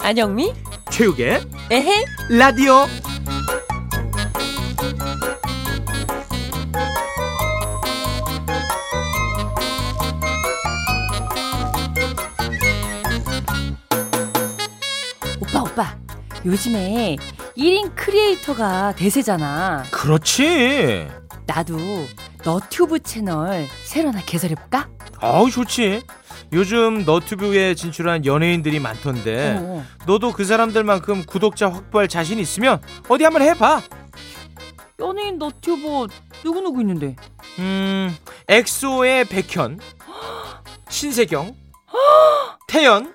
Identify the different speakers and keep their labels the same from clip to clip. Speaker 1: 안영미?
Speaker 2: 체육의
Speaker 1: 에헤?
Speaker 2: 라디오
Speaker 1: 오빠 오빠 요즘에 1인 크리에이터가 대세잖아
Speaker 2: 그렇지
Speaker 1: 나도 너튜브 채널 새로 하나 개설해볼까?
Speaker 2: 아우 좋지 요즘 너튜브에 진출한 연예인들이 많던데
Speaker 1: 어.
Speaker 2: 너도 그 사람들만큼 구독자 확보할 자신 있으면 어디 한번 해봐
Speaker 1: 연예인 너튜버 누구누구 있는데
Speaker 2: 음 엑소의 백현 신세경 태연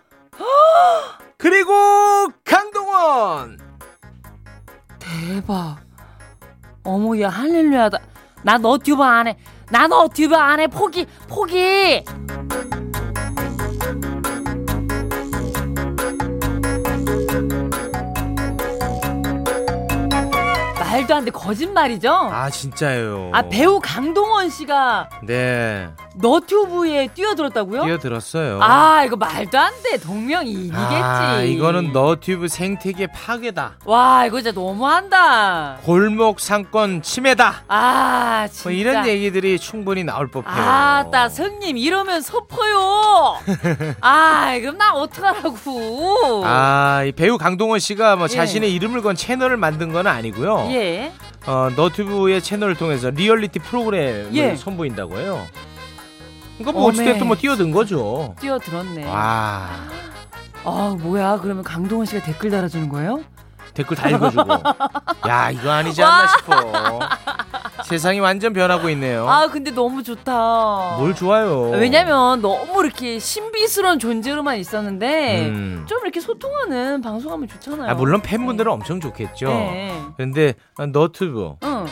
Speaker 2: 그리고 강동원
Speaker 1: 대박 어머야 할렐루야다 나 너튜브 안해 나 너튜브 안해 포기 포기 말도 안 돼 거짓말이죠?
Speaker 2: 아 진짜요
Speaker 1: 아 배우 강동원 씨가
Speaker 2: 네
Speaker 1: 너튜브에 뛰어들었다고요?
Speaker 2: 뛰어들었어요
Speaker 1: 아 이거 말도 안 돼 동명이 이기겠지.
Speaker 2: 아, 이거는 너튜브 생태계 파괴다
Speaker 1: 와 이거 진짜 너무한다.
Speaker 2: 골목 상권 침해다
Speaker 1: 아 진짜.
Speaker 2: 뭐 이런 얘기들이 충분히 나올 법해요
Speaker 1: 아따 선님 이러면 서퍼요. 아 그럼 나 어떡하라고.
Speaker 2: 아, 이 배우 강동원 씨가 뭐
Speaker 1: 예.
Speaker 2: 자신의 이름을 건 채널을 만든 건 아니고요.
Speaker 1: 예.
Speaker 2: 어, 너튜브의 채널을 통해서 리얼리티 프로그램을
Speaker 1: 예.
Speaker 2: 선보인다고 해요. 그러니까 뭐
Speaker 1: 어메.
Speaker 2: 어찌됐든 뭐 뛰어든 거죠.
Speaker 1: 뛰어들었네.
Speaker 2: 와,
Speaker 1: 아 뭐야 그러면 강동원 씨가 댓글 달아주는 거예요?
Speaker 2: 댓글 다 읽어주고. 야, 이거 아니지 않나 싶어. 세상이 완전 변하고 있네요.
Speaker 1: 아 근데 너무 좋다.
Speaker 2: 어? 뭘 좋아요.
Speaker 1: 왜냐면 너무 이렇게 신비스러운 존재로만 있었는데
Speaker 2: 음.
Speaker 1: 좀 이렇게 소통하는 방송하면 좋잖아요.
Speaker 2: 아, 물론 팬분들은 엄청 좋겠죠.
Speaker 1: 네. 어.
Speaker 2: 근데 너튜브
Speaker 1: 응.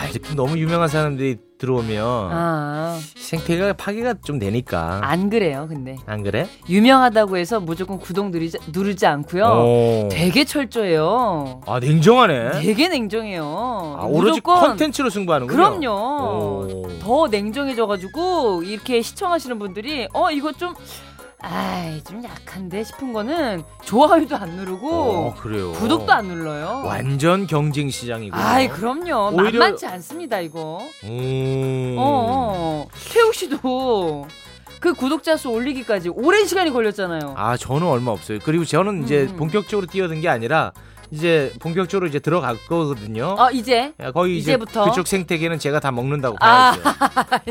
Speaker 2: 아, 이렇게 너무 유명한 사람들이 들어오면
Speaker 1: 아,
Speaker 2: 생태가 파괴가 좀 되니까
Speaker 1: 안 그래요, 근데.
Speaker 2: 안 그래?
Speaker 1: 유명하다고 해서 무조건 구독 누르지, 누르지 않고요.
Speaker 2: 오.
Speaker 1: 되게 철저해요.
Speaker 2: 아 냉정하네.
Speaker 1: 되게 냉정해요.
Speaker 2: 아, 오로지 컨텐츠로 승부하는군요.
Speaker 1: 그럼요.
Speaker 2: 오.
Speaker 1: 더 냉정해져가지고 이렇게 시청하시는 분들이 어 이거 좀 아이 좀 약한데 싶은 거는 좋아요도 안 누르고
Speaker 2: 어, 그래요.
Speaker 1: 구독도 안 눌러요.
Speaker 2: 완전 경쟁 시장이고.
Speaker 1: 아이 그럼요.
Speaker 2: 오히려-
Speaker 1: 만만치 않습니다 이거.
Speaker 2: 음.
Speaker 1: 어, 어. 태욱 씨도 그 구독자 수 올리기까지 오랜 시간이 걸렸잖아요.
Speaker 2: 아 저는 얼마 없어요. 그리고 저는 이제
Speaker 1: 음.
Speaker 2: 본격적으로 뛰어든 게 아니라 이제 본격적으로 이제 들어갈 거거든요.
Speaker 1: 어 이제
Speaker 2: 야, 거의 이제
Speaker 1: 이제부터?
Speaker 2: 그쪽 생태계는 제가 다 먹는다고
Speaker 1: 아.
Speaker 2: 봐야죠.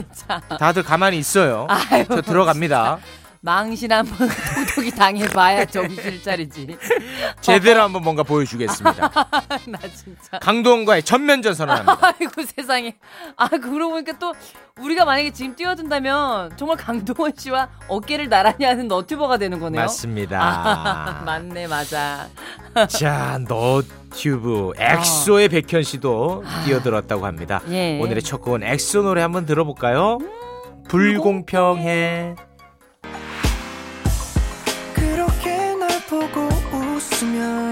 Speaker 2: 다들 가만히 있어요.
Speaker 1: 아유,
Speaker 2: 저 들어갑니다.
Speaker 1: 망신 한번 구독이 당해봐야 정신 차리지.
Speaker 2: 제대로 한번 뭔가 보여주겠습니다.
Speaker 1: 나 진짜.
Speaker 2: 강동원과의 전면전 선언합니다.
Speaker 1: 아이고 세상에. 아 그러고 보니까 또 우리가 만약에 지금 뛰어든다면 정말 강동원 씨와 어깨를 나란히 하는 너튜버가 되는 거네요. 아,
Speaker 2: 맞습니다.
Speaker 1: 맞네 맞아.
Speaker 2: 자, 너튜브 엑소의 백현 씨도 뛰어들었다고 합니다.
Speaker 1: 아. 예. 음,
Speaker 2: 오늘의 첫 곡은 엑소 노래 한번 들어볼까요? 불공평해.
Speaker 3: 그렇게 날 보고 웃으면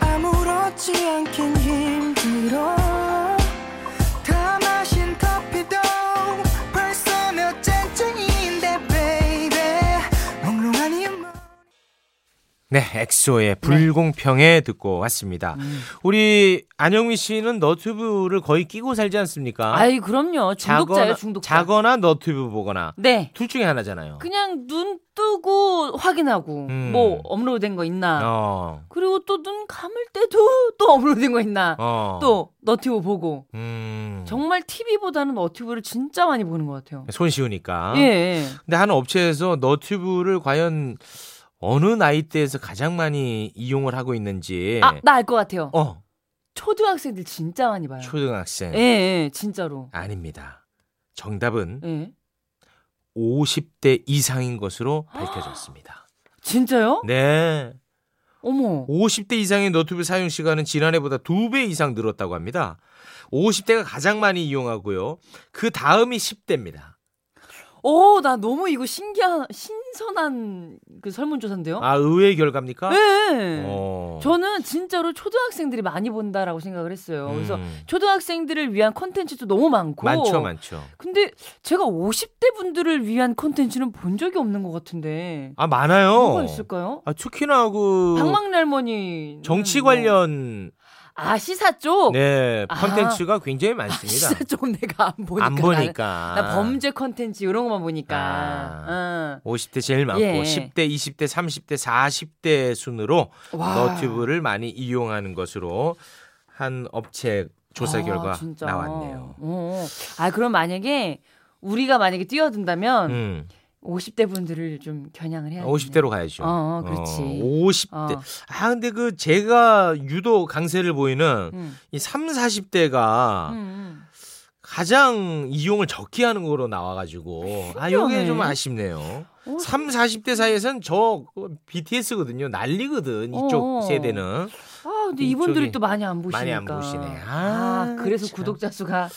Speaker 3: 아무렇지 않긴 힘들어 다 마신 커피도 벌써 몇 잔째인데 baby 몽롱한 이 음.
Speaker 2: 네, 엑소의 불공평해 듣고 왔습니다.
Speaker 1: 음.
Speaker 2: 우리 안영미 씨는 너튜브를 거의 끼고 살지 않습니까?
Speaker 1: 아이 그럼요 중독자예요 중독자.
Speaker 2: 자거나 너튜브 보거나
Speaker 1: 네.
Speaker 2: 둘 중에 하나잖아요.
Speaker 1: 그냥 눈 뜨고 확인하고
Speaker 2: 음.
Speaker 1: 뭐 업로드된 거 있나
Speaker 2: 어,
Speaker 1: 그리고 또 눈 감을 때도 또 업로드된 거 있나
Speaker 2: 어.
Speaker 1: 또 너튜브 보고
Speaker 2: 음,
Speaker 1: 정말 TV보다는 너튜브를 진짜 많이 보는 것 같아요.
Speaker 2: 손쉬우니까.
Speaker 1: 예.
Speaker 2: 근데 한 업체에서 너튜브를 과연 어느 나이대에서 가장 많이 이용을 하고 있는지.
Speaker 1: 아 나 알 것 같아요.
Speaker 2: 어,
Speaker 1: 초등학생들 진짜 많이 봐요.
Speaker 2: 초등학생.
Speaker 1: 예, 예 진짜로.
Speaker 2: 아닙니다. 정답은
Speaker 1: 예.
Speaker 2: 50대 이상인 것으로 밝혀졌습니다.
Speaker 1: 진짜요?
Speaker 2: 네.
Speaker 1: 어머.
Speaker 2: 50대 이상의 너튜브 사용 시간은 지난해보다 2배 이상 늘었다고 합니다. 50대가 가장 많이 이용하고요. 그 다음이 10대입니다.
Speaker 1: 어, 오, 나 너무 이거 신기한 신선한 그 설문조사인데요.
Speaker 2: 아 의외의 결과입니까?
Speaker 1: 네.
Speaker 2: 어.
Speaker 1: 저는 진짜로 초등학생들이 많이 본다라고 생각을 했어요. 그래서
Speaker 2: 음.
Speaker 1: 초등학생들을 위한 콘텐츠도 너무 많고.
Speaker 2: 많죠, 많죠.
Speaker 1: 근데 제가 50대 분들을 위한 콘텐츠는 본 적이 없는 것 같은데.
Speaker 2: 아 많아요.
Speaker 1: 뭐가 있을까요?
Speaker 2: 아 특히나 그
Speaker 1: 방망이 할머니. 뭐
Speaker 2: 정치 관련
Speaker 1: 아 시사 쪽.
Speaker 2: 네
Speaker 1: 아.
Speaker 2: 콘텐츠가 굉장히
Speaker 1: 아,
Speaker 2: 많습니다.
Speaker 1: 시사 쪽 내가 안 보니까.
Speaker 2: 안 보니까
Speaker 1: 나는- 나 범죄 콘텐츠 이런 것만 보니까.
Speaker 2: 아. 50대 제일 많고
Speaker 1: 예.
Speaker 2: 10대, 20대, 30대, 40대 순으로
Speaker 1: 어. 와.
Speaker 2: 너튜브를 많이 이용하는 것으로 한 업체 조사
Speaker 1: 아,
Speaker 2: 결과
Speaker 1: 진짜.
Speaker 2: 나왔네요.
Speaker 1: 어. 아 그럼 만약에 우리가 만약에 뛰어든다면
Speaker 2: 음.
Speaker 1: 50대 분들을 좀 겨냥을 해야 돼.
Speaker 2: 50대로 가야죠.
Speaker 1: 어, 어, 그렇지. 어,
Speaker 2: 50대. 아, 근데 그 제가 유독 강세를 보이는
Speaker 1: 음.
Speaker 2: 이 3, 40대가
Speaker 1: 음, 음.
Speaker 2: 가장 이용을 적게 하는 거로 나와가지고. 아, 요게
Speaker 1: 신기하네.
Speaker 2: 좀 아쉽네요.
Speaker 1: 어,
Speaker 2: 3, 40대 사이에선 저 BTS거든요. 난리거든. 이쪽
Speaker 1: 어.
Speaker 2: 세대는.
Speaker 1: 아, 근데
Speaker 2: 이쪽이
Speaker 1: 이분들이 또 많이 안 보시니까.
Speaker 2: 많이 안 보시네.
Speaker 1: 아,
Speaker 2: 아,
Speaker 1: 그래서
Speaker 2: 참.
Speaker 1: 구독자 수가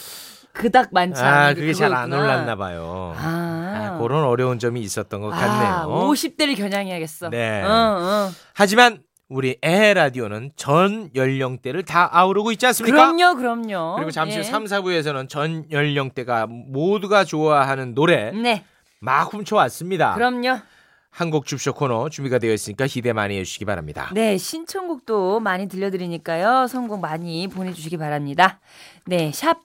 Speaker 1: 그닥 많지 않은
Speaker 2: 아,
Speaker 1: 게
Speaker 2: 그게 잘 안
Speaker 1: 그거였구나.
Speaker 2: 올랐나 봐요. 아,
Speaker 1: 아,
Speaker 2: 그런 어려운 점이 있었던 것
Speaker 1: 아,
Speaker 2: 같네요.
Speaker 1: 50대를 겨냥해야겠어.
Speaker 2: 네.
Speaker 1: 응, 응.
Speaker 2: 하지만 우리 에헤 라디오는 전 연령대를 다 아우르고 있지 않습니까?
Speaker 1: 그럼요, 그럼요.
Speaker 2: 리고 잠시
Speaker 1: 예.
Speaker 2: 후 3, 4부에서는 전 연령대가 모두가 좋아하는 노래
Speaker 1: 네,
Speaker 2: 막 훔쳐왔습니다.
Speaker 1: 그럼요.
Speaker 2: 한곡 줍쇼 코너 준비가 되어 있으니까 기대 많이 해주시기 바랍니다.
Speaker 1: 네, 신청곡도 많이 들려드리니까요. 선곡 많이 보내주시기 바랍니다. 네, 샵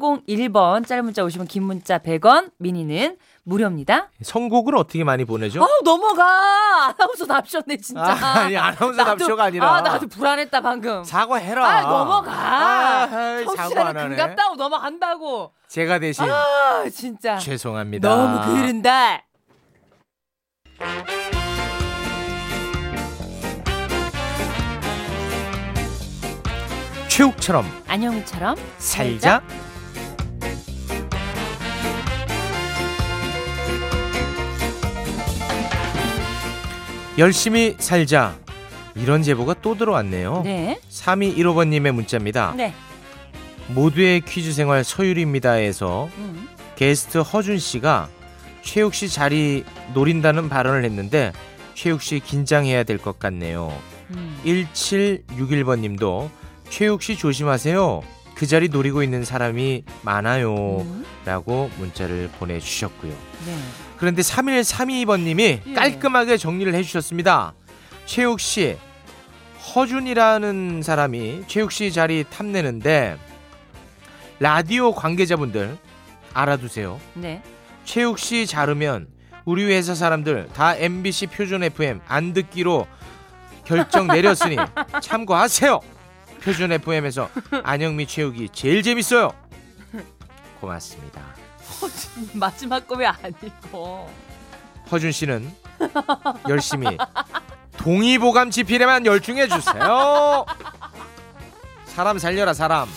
Speaker 1: 8001번, 짧은 문자 오시면 긴 문자 100원, 미니는 무료입니다.
Speaker 2: 선곡을 어떻게 많이 보내죠?
Speaker 1: 어 넘어가! 아나운서 납셨네, 진짜.
Speaker 2: 아, 아니 아나운서
Speaker 1: 나도-
Speaker 2: 답쇼가 아니라
Speaker 1: 아, 나도 불안했다, 방금.
Speaker 2: 사과해라.
Speaker 1: 아, 넘어가!
Speaker 2: 아, 사과 안
Speaker 1: 청취자는
Speaker 2: 하네.
Speaker 1: 금갑다고 넘어간다고.
Speaker 2: 제가 대신
Speaker 1: 아, 진짜.
Speaker 2: 죄송합니다.
Speaker 1: 너무 그른다.
Speaker 2: 최욱처럼
Speaker 1: 안영처럼
Speaker 2: 살자. 열심히 살자. 이런 제보가 또 들어왔네요. 아.
Speaker 1: 네.
Speaker 2: 3215번님의 문자입니다.
Speaker 1: 네.
Speaker 2: 모두의 퀴즈 생활 서유리입니다에서
Speaker 1: 음.
Speaker 2: 게스트 허준 씨가 최욱 씨 자리 노린다는 발언을 했는데 최욱 씨 긴장해야 될 것 같네요.
Speaker 1: 음.
Speaker 2: 1761번 님도 최욱 씨 조심하세요. 그 자리 노리고 있는 사람이 많아요.
Speaker 1: 음.
Speaker 2: 라고 문자를 보내주셨고요.
Speaker 1: 네.
Speaker 2: 그런데 3132번 님이
Speaker 1: 예.
Speaker 2: 깔끔하게 정리를 해주셨습니다. 최욱 씨, 허준이라는 사람이 최욱 씨 자리 탐내는데 라디오 관계자분들 알아두세요.
Speaker 1: 네.
Speaker 2: 최욱 씨 자르면 우리 회사 사람들 다 MBC 표준 FM 안 듣기로 결정 내렸으니 참고하세요. 표준 FM에서 안영미 최욱이 제일 재밌어요. 고맙습니다.
Speaker 1: 마지막 거왜 아니고.
Speaker 2: 허준 씨는 열심히 동의보감 지필에만 열중해 주세요. 사람 살려라 사람.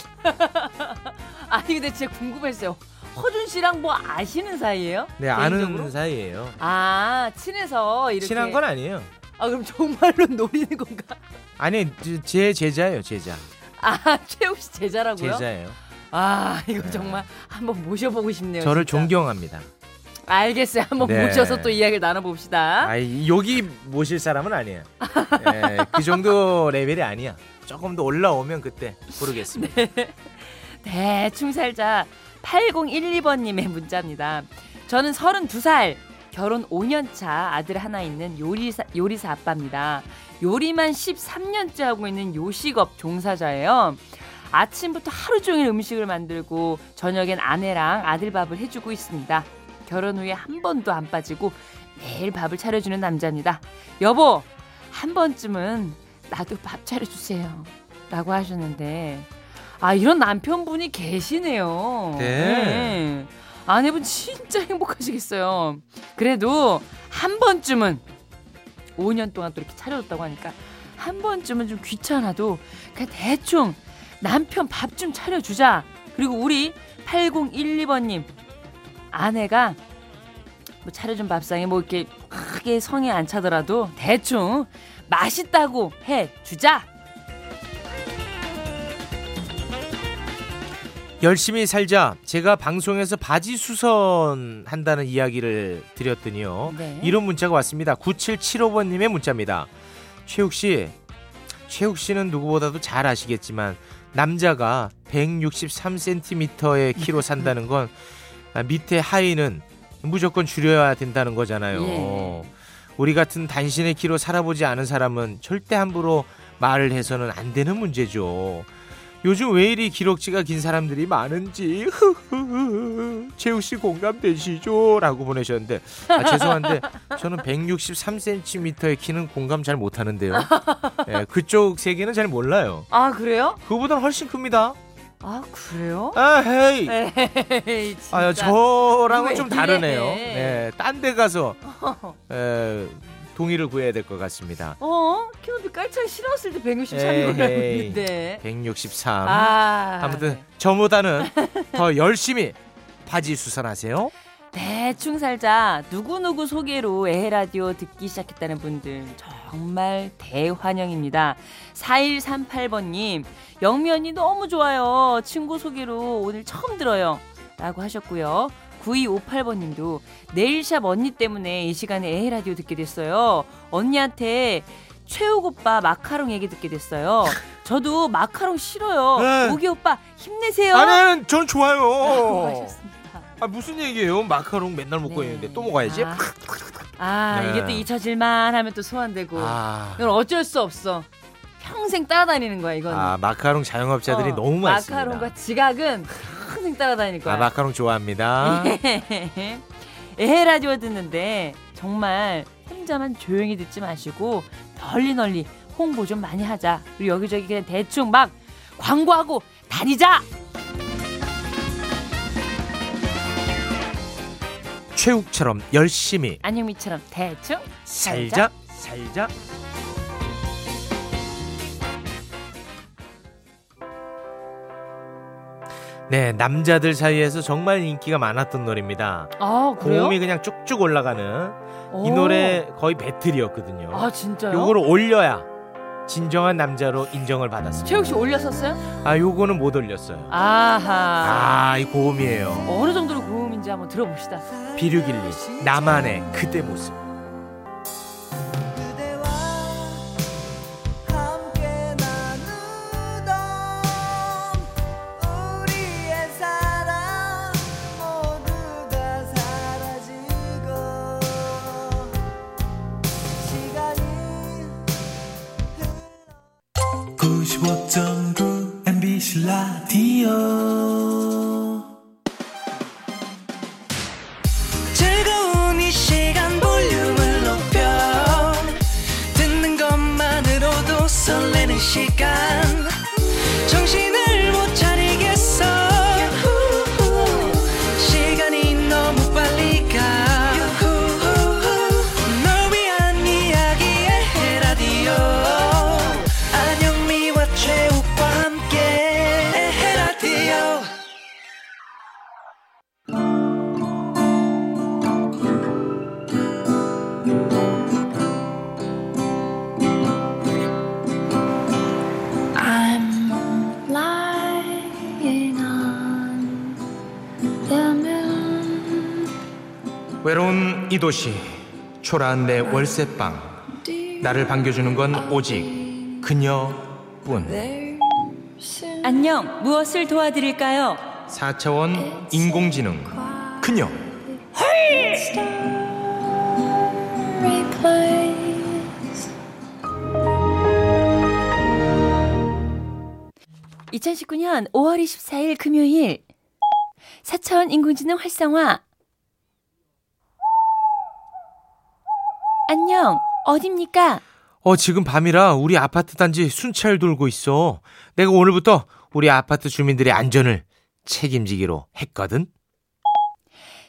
Speaker 1: 아니 근데 진짜 궁금했어요. 허준 씨랑 뭐 아시는 사이예요?
Speaker 2: 네
Speaker 1: 개인적으로?
Speaker 2: 아는 사이예요.
Speaker 1: 아 친해서 이렇게.
Speaker 2: 친한 건 아니에요.
Speaker 1: 아 그럼 정말로 노리는 건가?
Speaker 2: 아니 제 제자예요 제자.
Speaker 1: 아 최욱 씨 제자라고요?
Speaker 2: 제자예요. 네.
Speaker 1: 아 이거 정말 한번 모셔보고 싶네요.
Speaker 2: 저를
Speaker 1: 진짜.
Speaker 2: 존경합니다.
Speaker 1: 알겠어요. 한번
Speaker 2: 네.
Speaker 1: 모셔서 또 이야기를 나눠봅시다.
Speaker 2: 아 여기 모실 사람은 아니에요. 예, 그 정도 레벨이 아니야. 조금 더 올라오면 그때 부르겠습니다.
Speaker 1: 대충 살자 8012번님의 문자입니다. 저는 32살 결혼 5년 차 아들 하나 있는 요리사 요리사 아빠입니다. 요리만 13년째 하고 있는 요식업 종사자예요. 아침부터 하루 종일 음식을 만들고 저녁엔 아내랑 아들 밥을 해주고 있습니다. 결혼 후에 한 번도 안 빠지고 매일 밥을 차려주는 남자입니다. 여보 한 번쯤은 나도 밥 차려주세요. 라고 하셨는데 아 이런 남편분이 계시네요.
Speaker 2: 네.
Speaker 1: 아내분 진짜 행복하시겠어요. 그래도 한 번쯤은 5년 동안 또 이렇게 차려줬다고 하니까 한 번쯤은 좀 귀찮아도 그냥 대충 남편 밥 좀 차려주자. 그리고 우리 8012번님 아내가 뭐 차려준 밥상에 뭐 이렇게 크게 성에 안 차더라도 대충 맛있다고 해 주자.
Speaker 2: 열심히 살자. 제가 방송에서 바지 수선 한다는 이야기를 드렸더니요.
Speaker 1: 네.
Speaker 2: 이런 문자가 왔습니다. 9775번님의 문자입니다. 최욱 씨, 최욱 씨는 누구보다도 잘 아시겠지만 남자가 163cm의 키로 산다는 건 아, 밑에 하의는 무조건 줄여야 된다는 거잖아요.
Speaker 1: 예.
Speaker 2: 우리 같은 단신의 키로 살아보지 않은 사람은 절대 함부로 말을 해서는 안 되는 문제죠. 요즘 왜 이리 기럭지가 긴 사람들이 많은지 최욱 씨 공감되시죠라고 보내셨는데 아, 죄송한데 저는 163cm의 키는 공감 잘 못하는데요. 예, 그쪽 세계는 잘 몰라요.
Speaker 1: 아 그래요?
Speaker 2: 그보다 훨씬 큽니다.
Speaker 1: 아 그래요?
Speaker 2: 아 헤이.
Speaker 1: 에이 네, 진짜.
Speaker 2: 아 저랑은 좀
Speaker 1: 왜 이래?
Speaker 2: 다르네요. 네, 딴 데 가서 에, 동의를 구해야 될 것 같습니다.
Speaker 1: 어? 키높이 깔창 실었을 때 163이라고
Speaker 2: 에이.
Speaker 1: 했는데.
Speaker 2: 163.
Speaker 1: 아
Speaker 2: 아무튼
Speaker 1: 네.
Speaker 2: 저보다는 더 열심히 바지 수선하세요.
Speaker 1: 대충 살자 누구누구 소개로 에헤라디오 듣기 시작했다는 분들 정말 대환영입니다. 4138번님 영면이 너무 좋아요. 친구 소개로 오늘 처음 들어요. 라고 하셨고요. 9258번님도 네일샵 언니 때문에 이 시간에 에헤라디오 듣게 됐어요. 언니한테 최욱 오빠 마카롱 얘기 듣게 됐어요. 저도 마카롱 싫어요.
Speaker 2: 네.
Speaker 1: 오기 오빠 힘내세요.
Speaker 2: 아니, 네, 저는
Speaker 1: 라고
Speaker 2: 좋아요.
Speaker 1: 하셨습니다.
Speaker 2: 아, 무슨 얘기예요? 마카롱 맨날 먹고
Speaker 1: 네.
Speaker 2: 있는데 또 먹어야지.
Speaker 1: 아, 아,
Speaker 2: 네.
Speaker 1: 이게 또 잊혀질만 하면 또 소환되고
Speaker 2: 아,
Speaker 1: 이건 어쩔 수 없어 평생 따라다니는 거야 이건
Speaker 2: 아, 마카롱 자영업자들이
Speaker 1: 어,
Speaker 2: 너무 많습니다.
Speaker 1: 마카롱과 지각은 평생 따라다닐 거야 네.
Speaker 2: 아, 마카롱 좋아합니다.
Speaker 1: 에헤 라디오 듣는데 정말 혼자만 조용히 듣지 마시고 널리 널리 홍보 좀 많이 하자 그리고 여기저기 그냥 대충 막 광고하고 다니자
Speaker 2: 최욱처럼 열심히
Speaker 1: 안영미처럼 대충
Speaker 2: 살자 살자. 네, 남자들 사이에서 정말 인기가 많았던 노래입니다.
Speaker 1: 아 그래요?
Speaker 2: 고음이 그냥 쭉쭉 올라가는 이
Speaker 1: 오.
Speaker 2: 노래 거의 배틀이었거든요.
Speaker 1: 아 진짜요?
Speaker 2: 요거를 올려야 진정한 남자로 인정을 받았습니다.
Speaker 1: 최욱 씨 올렸었어요?
Speaker 2: 아, 요거는 못 올렸어요.
Speaker 1: 아하
Speaker 2: 아, 이 고음이에요.
Speaker 1: 어느 정도로 고음인지 한번 들어봅시다.
Speaker 2: 비류길리 나만의 그대 모습.
Speaker 3: 그대와 함께 나누던 우리의 사랑 모두가 사라지고 시간이 흘러
Speaker 4: 95.9 MBC 라디오
Speaker 3: 즐거운 이 시간 볼륨을 높여 듣는 것만으로도 설레는 시간 정신을 못 차리겠어 시간이 너무 빨리 가 널 위한 이야기의 라디오 안영미와 최욱과 함께 라디오
Speaker 5: I'm lying on the moon.
Speaker 2: 외로운 이 도시 초라한 내 월세방 나를 반겨주는 건 오직 그녀뿐
Speaker 1: 안녕, 무엇을 도와드릴까요?
Speaker 2: 4차원 인공지능 그녀
Speaker 5: Replace
Speaker 1: 2019년 5월 24일 금요일 사차원 인공지능 활성화 안녕, 어딥니까?
Speaker 2: 어 지금 밤이라 우리 아파트 단지 순찰 돌고 있어 내가 오늘부터 우리 아파트 주민들의 안전을 책임지기로 했거든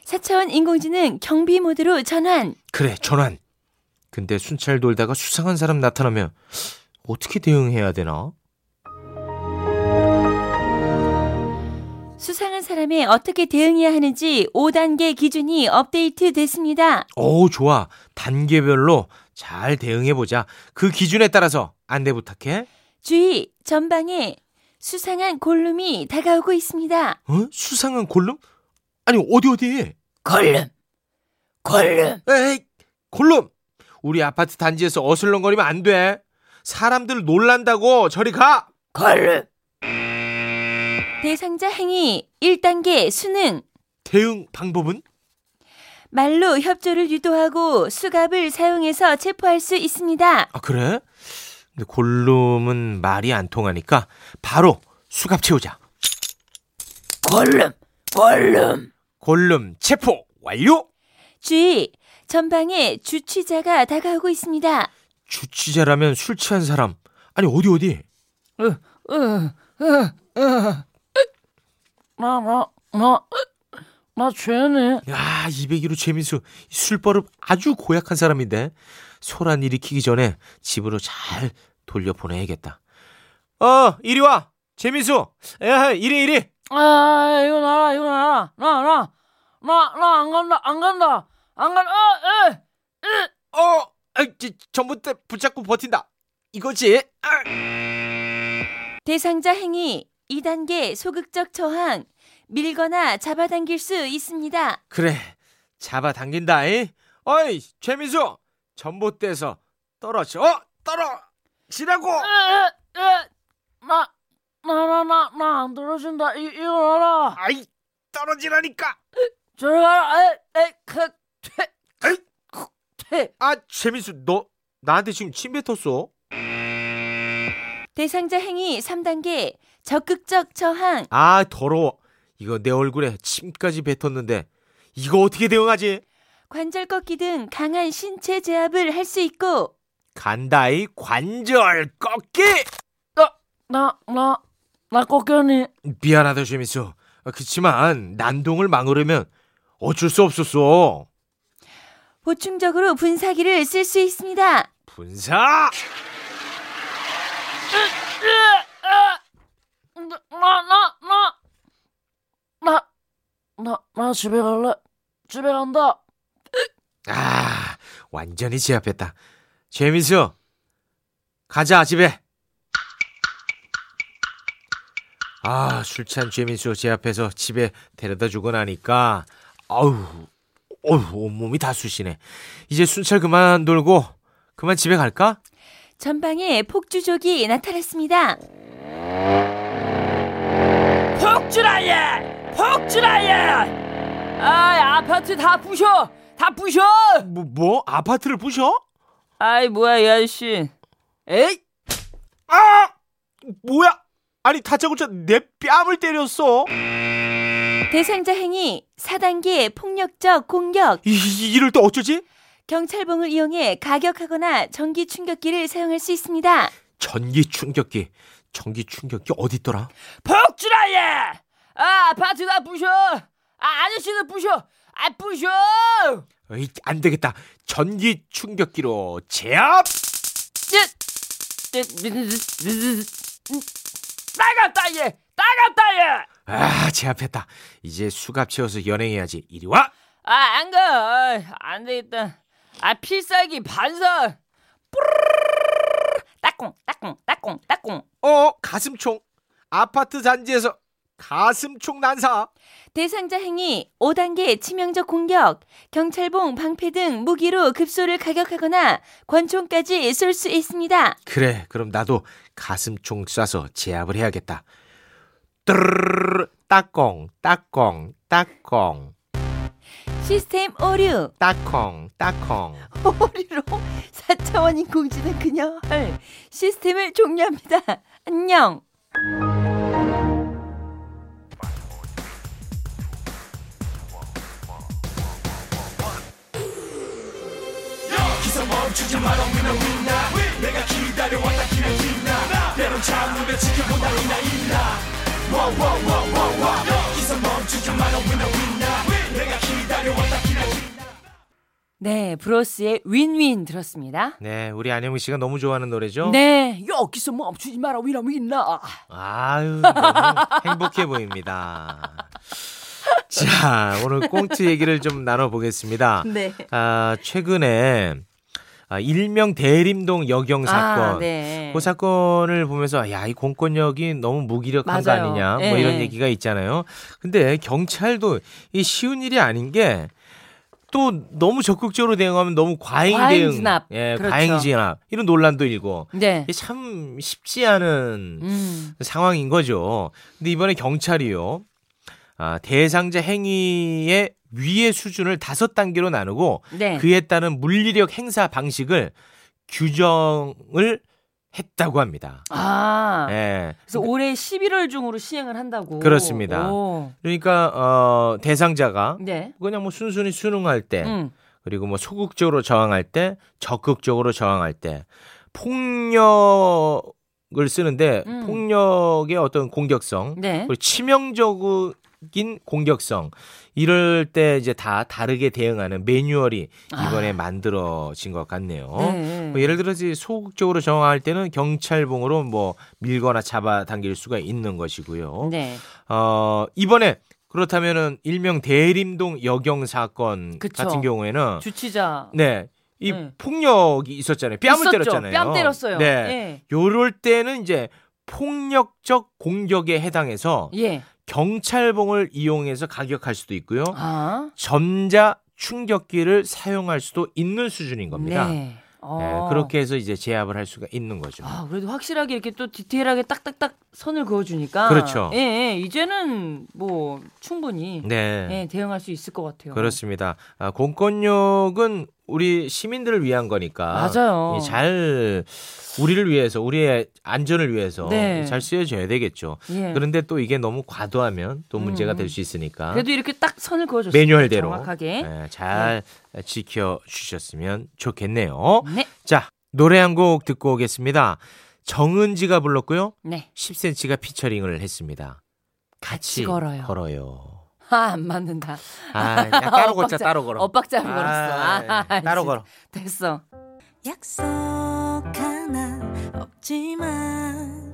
Speaker 1: 사차원 인공지능 경비 모드로 전환
Speaker 2: 그래 전환 근데 순찰 돌다가 수상한 사람 나타나면 어떻게 대응해야 되나
Speaker 1: 수상한 사람에 어떻게 대응해야 하는지 5단계 기준이 업데이트 됐습니다.
Speaker 2: 오, 어, 좋아. 단계별로 잘 대응해보자. 그 기준에 따라서 안내 부탁해.
Speaker 1: 주의, 전방에 수상한 골룸이 다가오고 있습니다.
Speaker 2: 어? 수상한 골룸? 아니 어디 어디?
Speaker 1: 골룸, 골룸.
Speaker 2: 에이 골룸! 우리 아파트 단지에서 어슬렁거리면 안 돼. 사람들 놀란다고 저리 가.
Speaker 1: 걸음. 대상자 행위 1단계 수능.
Speaker 2: 대응 방법은?
Speaker 1: 말로 협조를 유도하고 수갑을 사용해서 체포할 수 있습니다.
Speaker 2: 아 그래? 근데 골룸은 말이 안 통하니까 바로 수갑 채우자.
Speaker 1: 걸음. 걸음.
Speaker 2: 골룸 체포 완료.
Speaker 1: G. 전방에 주취자가 다가오고 있습니다.
Speaker 2: 주치자라면 술 취한 사람. 아니 어디 어디?
Speaker 1: 나, 나, 나, 나 죄네.
Speaker 2: 야, 201호 최민수 술버릇 아주 고약한 사람인데 소란 일으키기 전에 집으로 잘 돌려보내야겠다. 어, 이리 와, 최민수. 야, 이리 이리.
Speaker 1: 아, 이거 나라, 이거 나라. 나, 나. 나, 나 안 간다, 안 간다. 안 간다, 어, 에!
Speaker 2: 어, 아이, 저, 전봇대 붙잡고 버틴다. 이거지. 아.
Speaker 1: 대상자 행위 2단계 소극적 저항 밀거나 잡아당길 수 있습니다.
Speaker 2: 그래, 잡아 당긴다. 이. 어이, 최민수, 전봇대에서 떨어져. 어, 떨어지라고.
Speaker 1: 나나나나 안 떨어진다 이 일어나라
Speaker 2: 아이, 떨어지라니까.
Speaker 1: 저리가라
Speaker 2: 아이.
Speaker 1: 에에그퇴퇴
Speaker 2: 아, 최민수, 너 나한테 지금 침 뱉었어?
Speaker 1: 대상자 행위 3단계 적극적 저항
Speaker 2: 아 더러워 이거 내 얼굴에 침까지 뱉었는데 이거 어떻게 대응하지
Speaker 1: 관절 꺾기 등 강한 신체 제압을 할 수 있고
Speaker 2: 간다이 관절 꺾기
Speaker 1: 나나나 꺾였니
Speaker 2: 미안하다 재밌어 아, 그치만 난동을 막으려면 어쩔 수 없었어
Speaker 1: 보충적으로 분사기를 쓸 수 있습니다.
Speaker 2: 분사
Speaker 1: 나 나 집에 갈래 집에 간다.
Speaker 2: 아 완전히 제압했다 재밌어 가자 집에 아 술 취한 재민수 제압해서 집에 데려다 주고 나니까 아우 어우 온몸이 다 쑤시네 이제 순찰 그만 돌고 그만 집에 갈까?
Speaker 1: 전방에 폭주족이 나타났습니다. 폭주라예! 폭주라예! 아, 아파트 다 부셔! 다 부셔!
Speaker 2: 뭐, 뭐? 아파트를 부셔?
Speaker 1: 아이, 뭐야, 이 아저씨. 에이!
Speaker 2: 아 뭐야 아니 다짜고짜 내 뺨을 때렸어
Speaker 1: 대상자 행위 4단계 폭력적 공격.
Speaker 2: 이- 이- 이럴 때 어쩌지?
Speaker 1: 경찰봉을 이용해 가격하거나 전기 충격기를 사용할 수 있습니다.
Speaker 2: 전기 충격기 전기 충격기 어딨더라?
Speaker 1: 폭주라예! 아, 아파트 다 부셔! 아, 아저씨도 부셔! 아, 부셔!
Speaker 2: 어, 에이, 안 되겠다. 전기 충격기로 제압!
Speaker 1: 따갑다 얘 따갑다 얘
Speaker 2: 아, 제압했다. 이제 수갑 채워서 연행해야지. 이리 와!
Speaker 1: 아, 안 가. 아, 안 되겠다. 아, 필살기 반사. 따꿍, 따꿍, 따꿍, 따꿍.
Speaker 2: 어, 가슴총. 아파트 단지에서 가슴총 난사.
Speaker 1: 대상자 행위 5단계 치명적 공격, 경찰봉, 방패 등 무기로 급소를 가격하거나 권총까지 쏠 수 있습니다.
Speaker 2: 그래, 그럼 나도 가슴총 쏴서 제압을 해야겠다. 뚜르르르, 따꽁, 따꽁, 따꽁,
Speaker 1: 시스템 오류.
Speaker 2: 따꽁, 따꽁.
Speaker 1: 오류로 4차원 인공지능 그녀 헐 시스템을 종료합니다. 안녕. 네, 브로스의 윈윈 들었습니다.
Speaker 2: 네, 우리 안영미 씨가 너무 좋아하는 노래죠?
Speaker 1: 네, 여기서 멈추지 마라 위라 위나.
Speaker 2: 아유, 너무 행복해 보입니다. 자, 오늘 꽁트 얘기를 좀 나눠보겠습니다.
Speaker 1: 네.
Speaker 2: 아, 최근에 아, 일명 대림동 여경 사건.
Speaker 1: 아, 네.
Speaker 2: 그 사건을 보면서 야 이 공권력이 너무 무기력한
Speaker 1: 맞아요.
Speaker 2: 거 아니냐 뭐
Speaker 1: 예.
Speaker 2: 이런 얘기가 있잖아요. 근데 경찰도 이 쉬운 일이 아닌 게 또 너무 적극적으로 대응하면 너무 과잉
Speaker 1: 과잉
Speaker 2: 대응,
Speaker 1: 진압.
Speaker 2: 예,
Speaker 1: 그렇죠.
Speaker 2: 과잉 진압 이런 논란도 일고
Speaker 1: 네.
Speaker 2: 이게 참 쉽지 않은
Speaker 1: 음.
Speaker 2: 상황인 거죠. 근데 이번에 경찰이요. 아, 대상자 행위의 위의 수준을 다섯 단계로 나누고
Speaker 1: 네.
Speaker 2: 그에 따른 물리력 행사 방식을 규정을 했다고 합니다.
Speaker 1: 아.
Speaker 2: 예.
Speaker 1: 그래서 올해 11월 중으로 시행을 한다고.
Speaker 2: 그렇습니다.
Speaker 1: 오.
Speaker 2: 그러니까 어, 대상자가
Speaker 1: 네.
Speaker 2: 그냥 뭐 순순히 순응할 때
Speaker 1: 음.
Speaker 2: 그리고 뭐 소극적으로 저항할 때 적극적으로 저항할 때 폭력을 쓰는데
Speaker 1: 음.
Speaker 2: 폭력의 어떤 공격성
Speaker 1: 네.
Speaker 2: 그리고 치명적인 공격성 이럴 때 이제 다 다르게 대응하는 매뉴얼이 이번에 만들어진 것 같네요.
Speaker 1: 아. 네.
Speaker 2: 뭐 예를 들어 이제 소극적으로 정화할 때는 경찰봉으로 뭐 밀거나 잡아당길 수가 있는 것이고요.
Speaker 1: 네.
Speaker 2: 어, 이번에 그렇다면은 일명 대림동 여경 사건
Speaker 1: 그쵸.
Speaker 2: 같은 경우에는
Speaker 1: 주치자.
Speaker 2: 네. 이
Speaker 1: 네.
Speaker 2: 폭력이 있었잖아요. 뺨을
Speaker 1: 있었죠.
Speaker 2: 때렸잖아요.
Speaker 1: 뺨 때렸어요. 예.
Speaker 2: 네. 요럴 때는 이제 폭력적 공격에 해당해서
Speaker 1: 예. 예.
Speaker 2: 경찰봉을 이용해서 가격할 수도 있고요.
Speaker 1: 아.
Speaker 2: 점자 충격기를 사용할 수도 있는 수준인 겁니다.
Speaker 1: 네. 어.
Speaker 2: 네, 그렇게 해서 이제 제압을 할 수가 있는 거죠.
Speaker 1: 아, 그래도 확실하게 이렇게 또 디테일하게 딱딱딱 선을 그어주니까.
Speaker 2: 그렇죠.
Speaker 1: 예, 예. 이제는 뭐 충분히
Speaker 2: 네.
Speaker 1: 예, 대응할 수 있을 것 같아요.
Speaker 2: 그렇습니다. 아, 공권력은 우리 시민들을 위한 거니까
Speaker 1: 맞아요.
Speaker 2: 이잘 우리를 위해서 우리의 안전을 위해서
Speaker 1: 네.
Speaker 2: 잘 쓰여져야 되겠죠.
Speaker 1: 예.
Speaker 2: 그런데 또 이게 너무 과도하면 또 문제가
Speaker 1: 음.
Speaker 2: 될 수 있으니까
Speaker 1: 그래도 이렇게 딱 선을 그어줬어요.
Speaker 2: 매뉴얼대로
Speaker 1: 정확하게.
Speaker 2: 예, 잘 지켜 주셨으면 좋겠네요.
Speaker 1: 네.
Speaker 2: 자 노래 한 곡 듣고 오겠습니다. 정은지가 불렀고요.
Speaker 1: 네.
Speaker 2: 10cm가 피처링을 했습니다. 같이,
Speaker 1: 같이 걸어요.
Speaker 2: 걸어요.
Speaker 1: 아, 안 맞는다.
Speaker 2: 아, 야, 따로
Speaker 1: 엇박자,
Speaker 2: 걷자 따로 걸어.
Speaker 1: 엇박자로
Speaker 2: 아,
Speaker 1: 걸었어. 아,
Speaker 2: 예, 따로
Speaker 1: 진짜.
Speaker 2: 걸어.
Speaker 1: 됐어.
Speaker 5: 약속 하나 없지만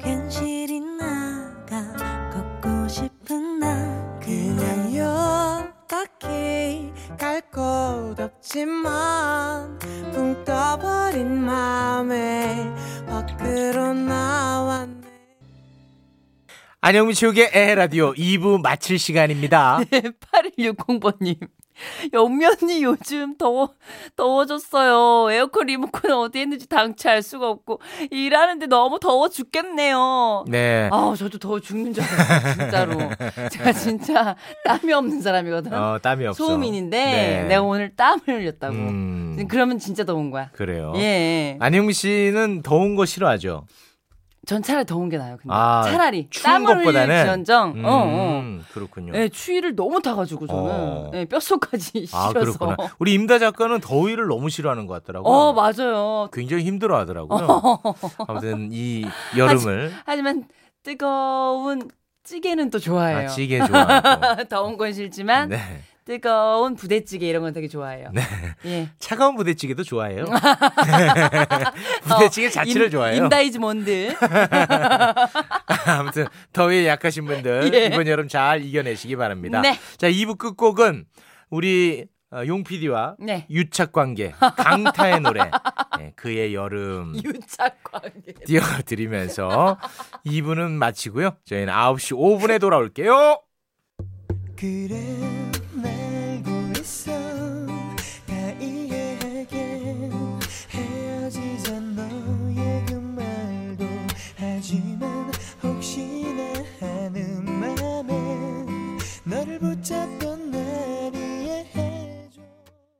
Speaker 5: 괜시리 나가 걷고 싶은 나 그냥
Speaker 3: 그냥 여기까지 갈 곳 없지만 붕 떠버린 마음에 밖으로 나왔네
Speaker 2: 안영미 최욱의 에라디오 2부 마칠 시간입니다.
Speaker 1: 8160번님. 네, 영면이 요즘 더워, 더워졌어요. 에어컨 리모컨 어디 했는지 당체알 수가 없고, 일하는데 너무 더워 죽겠네요.
Speaker 2: 네.
Speaker 1: 아우, 저도 더워 죽는 줄 알았어요. 진짜로. 제가 진짜 땀이 없는 사람이거든. 요
Speaker 2: 어, 땀이 없어.
Speaker 1: 소음인인데,
Speaker 2: 네.
Speaker 1: 내가 오늘 땀을 흘렸다고.
Speaker 2: 음, 어?
Speaker 1: 그러면 진짜 더운 거야.
Speaker 2: 그래요.
Speaker 1: 예.
Speaker 2: 안영미 씨는 더운 거 싫어하죠.
Speaker 1: 전 차라리 더운 게 나아요, 근데.
Speaker 2: 아,
Speaker 1: 차라리.
Speaker 2: 추운
Speaker 1: 땀을
Speaker 2: 것보다는?
Speaker 1: 흘릴 지언정.
Speaker 2: 음,
Speaker 1: 어, 어.
Speaker 2: 그렇군요.
Speaker 1: 예, 추위를 너무 타가지고 저는
Speaker 2: 어.
Speaker 1: 예, 뼛속까지
Speaker 2: 아,
Speaker 1: 시려서.
Speaker 2: 그렇구나. 우리 임다 작가는 더위를 너무 싫어하는 것 같더라고요.
Speaker 1: 어 맞아요.
Speaker 2: 굉장히 힘들어 하더라고요. 아무튼 이 여름을
Speaker 1: 하지만 뜨거운 찌개는 또 좋아해요.
Speaker 2: 아, 찌개 좋아하고.
Speaker 1: 더운 건 싫지만
Speaker 2: 네.
Speaker 1: 뜨거운 부대찌개 이런 건 되게 좋아해요. 예.
Speaker 2: 차가운 부대찌개도 좋아해요. 부대찌개 자체를
Speaker 1: 어, 임-
Speaker 2: 좋아해요.
Speaker 1: 임다이즈 몬드.
Speaker 2: 아무튼 더위에 약하신 분들
Speaker 1: 예.
Speaker 2: 이번 여름 잘 이겨내시기 바랍니다.
Speaker 1: 네.
Speaker 2: 자, 2부 끝곡은 우리 어, 용 PD와
Speaker 1: 네.
Speaker 2: 유착 관계 강타의 노래 네, 그의 여름
Speaker 1: 유착관계.
Speaker 2: 띄워드리면서 2부는 마치고요. 저희는 9시 5분에 돌아올게요.
Speaker 3: 그래 그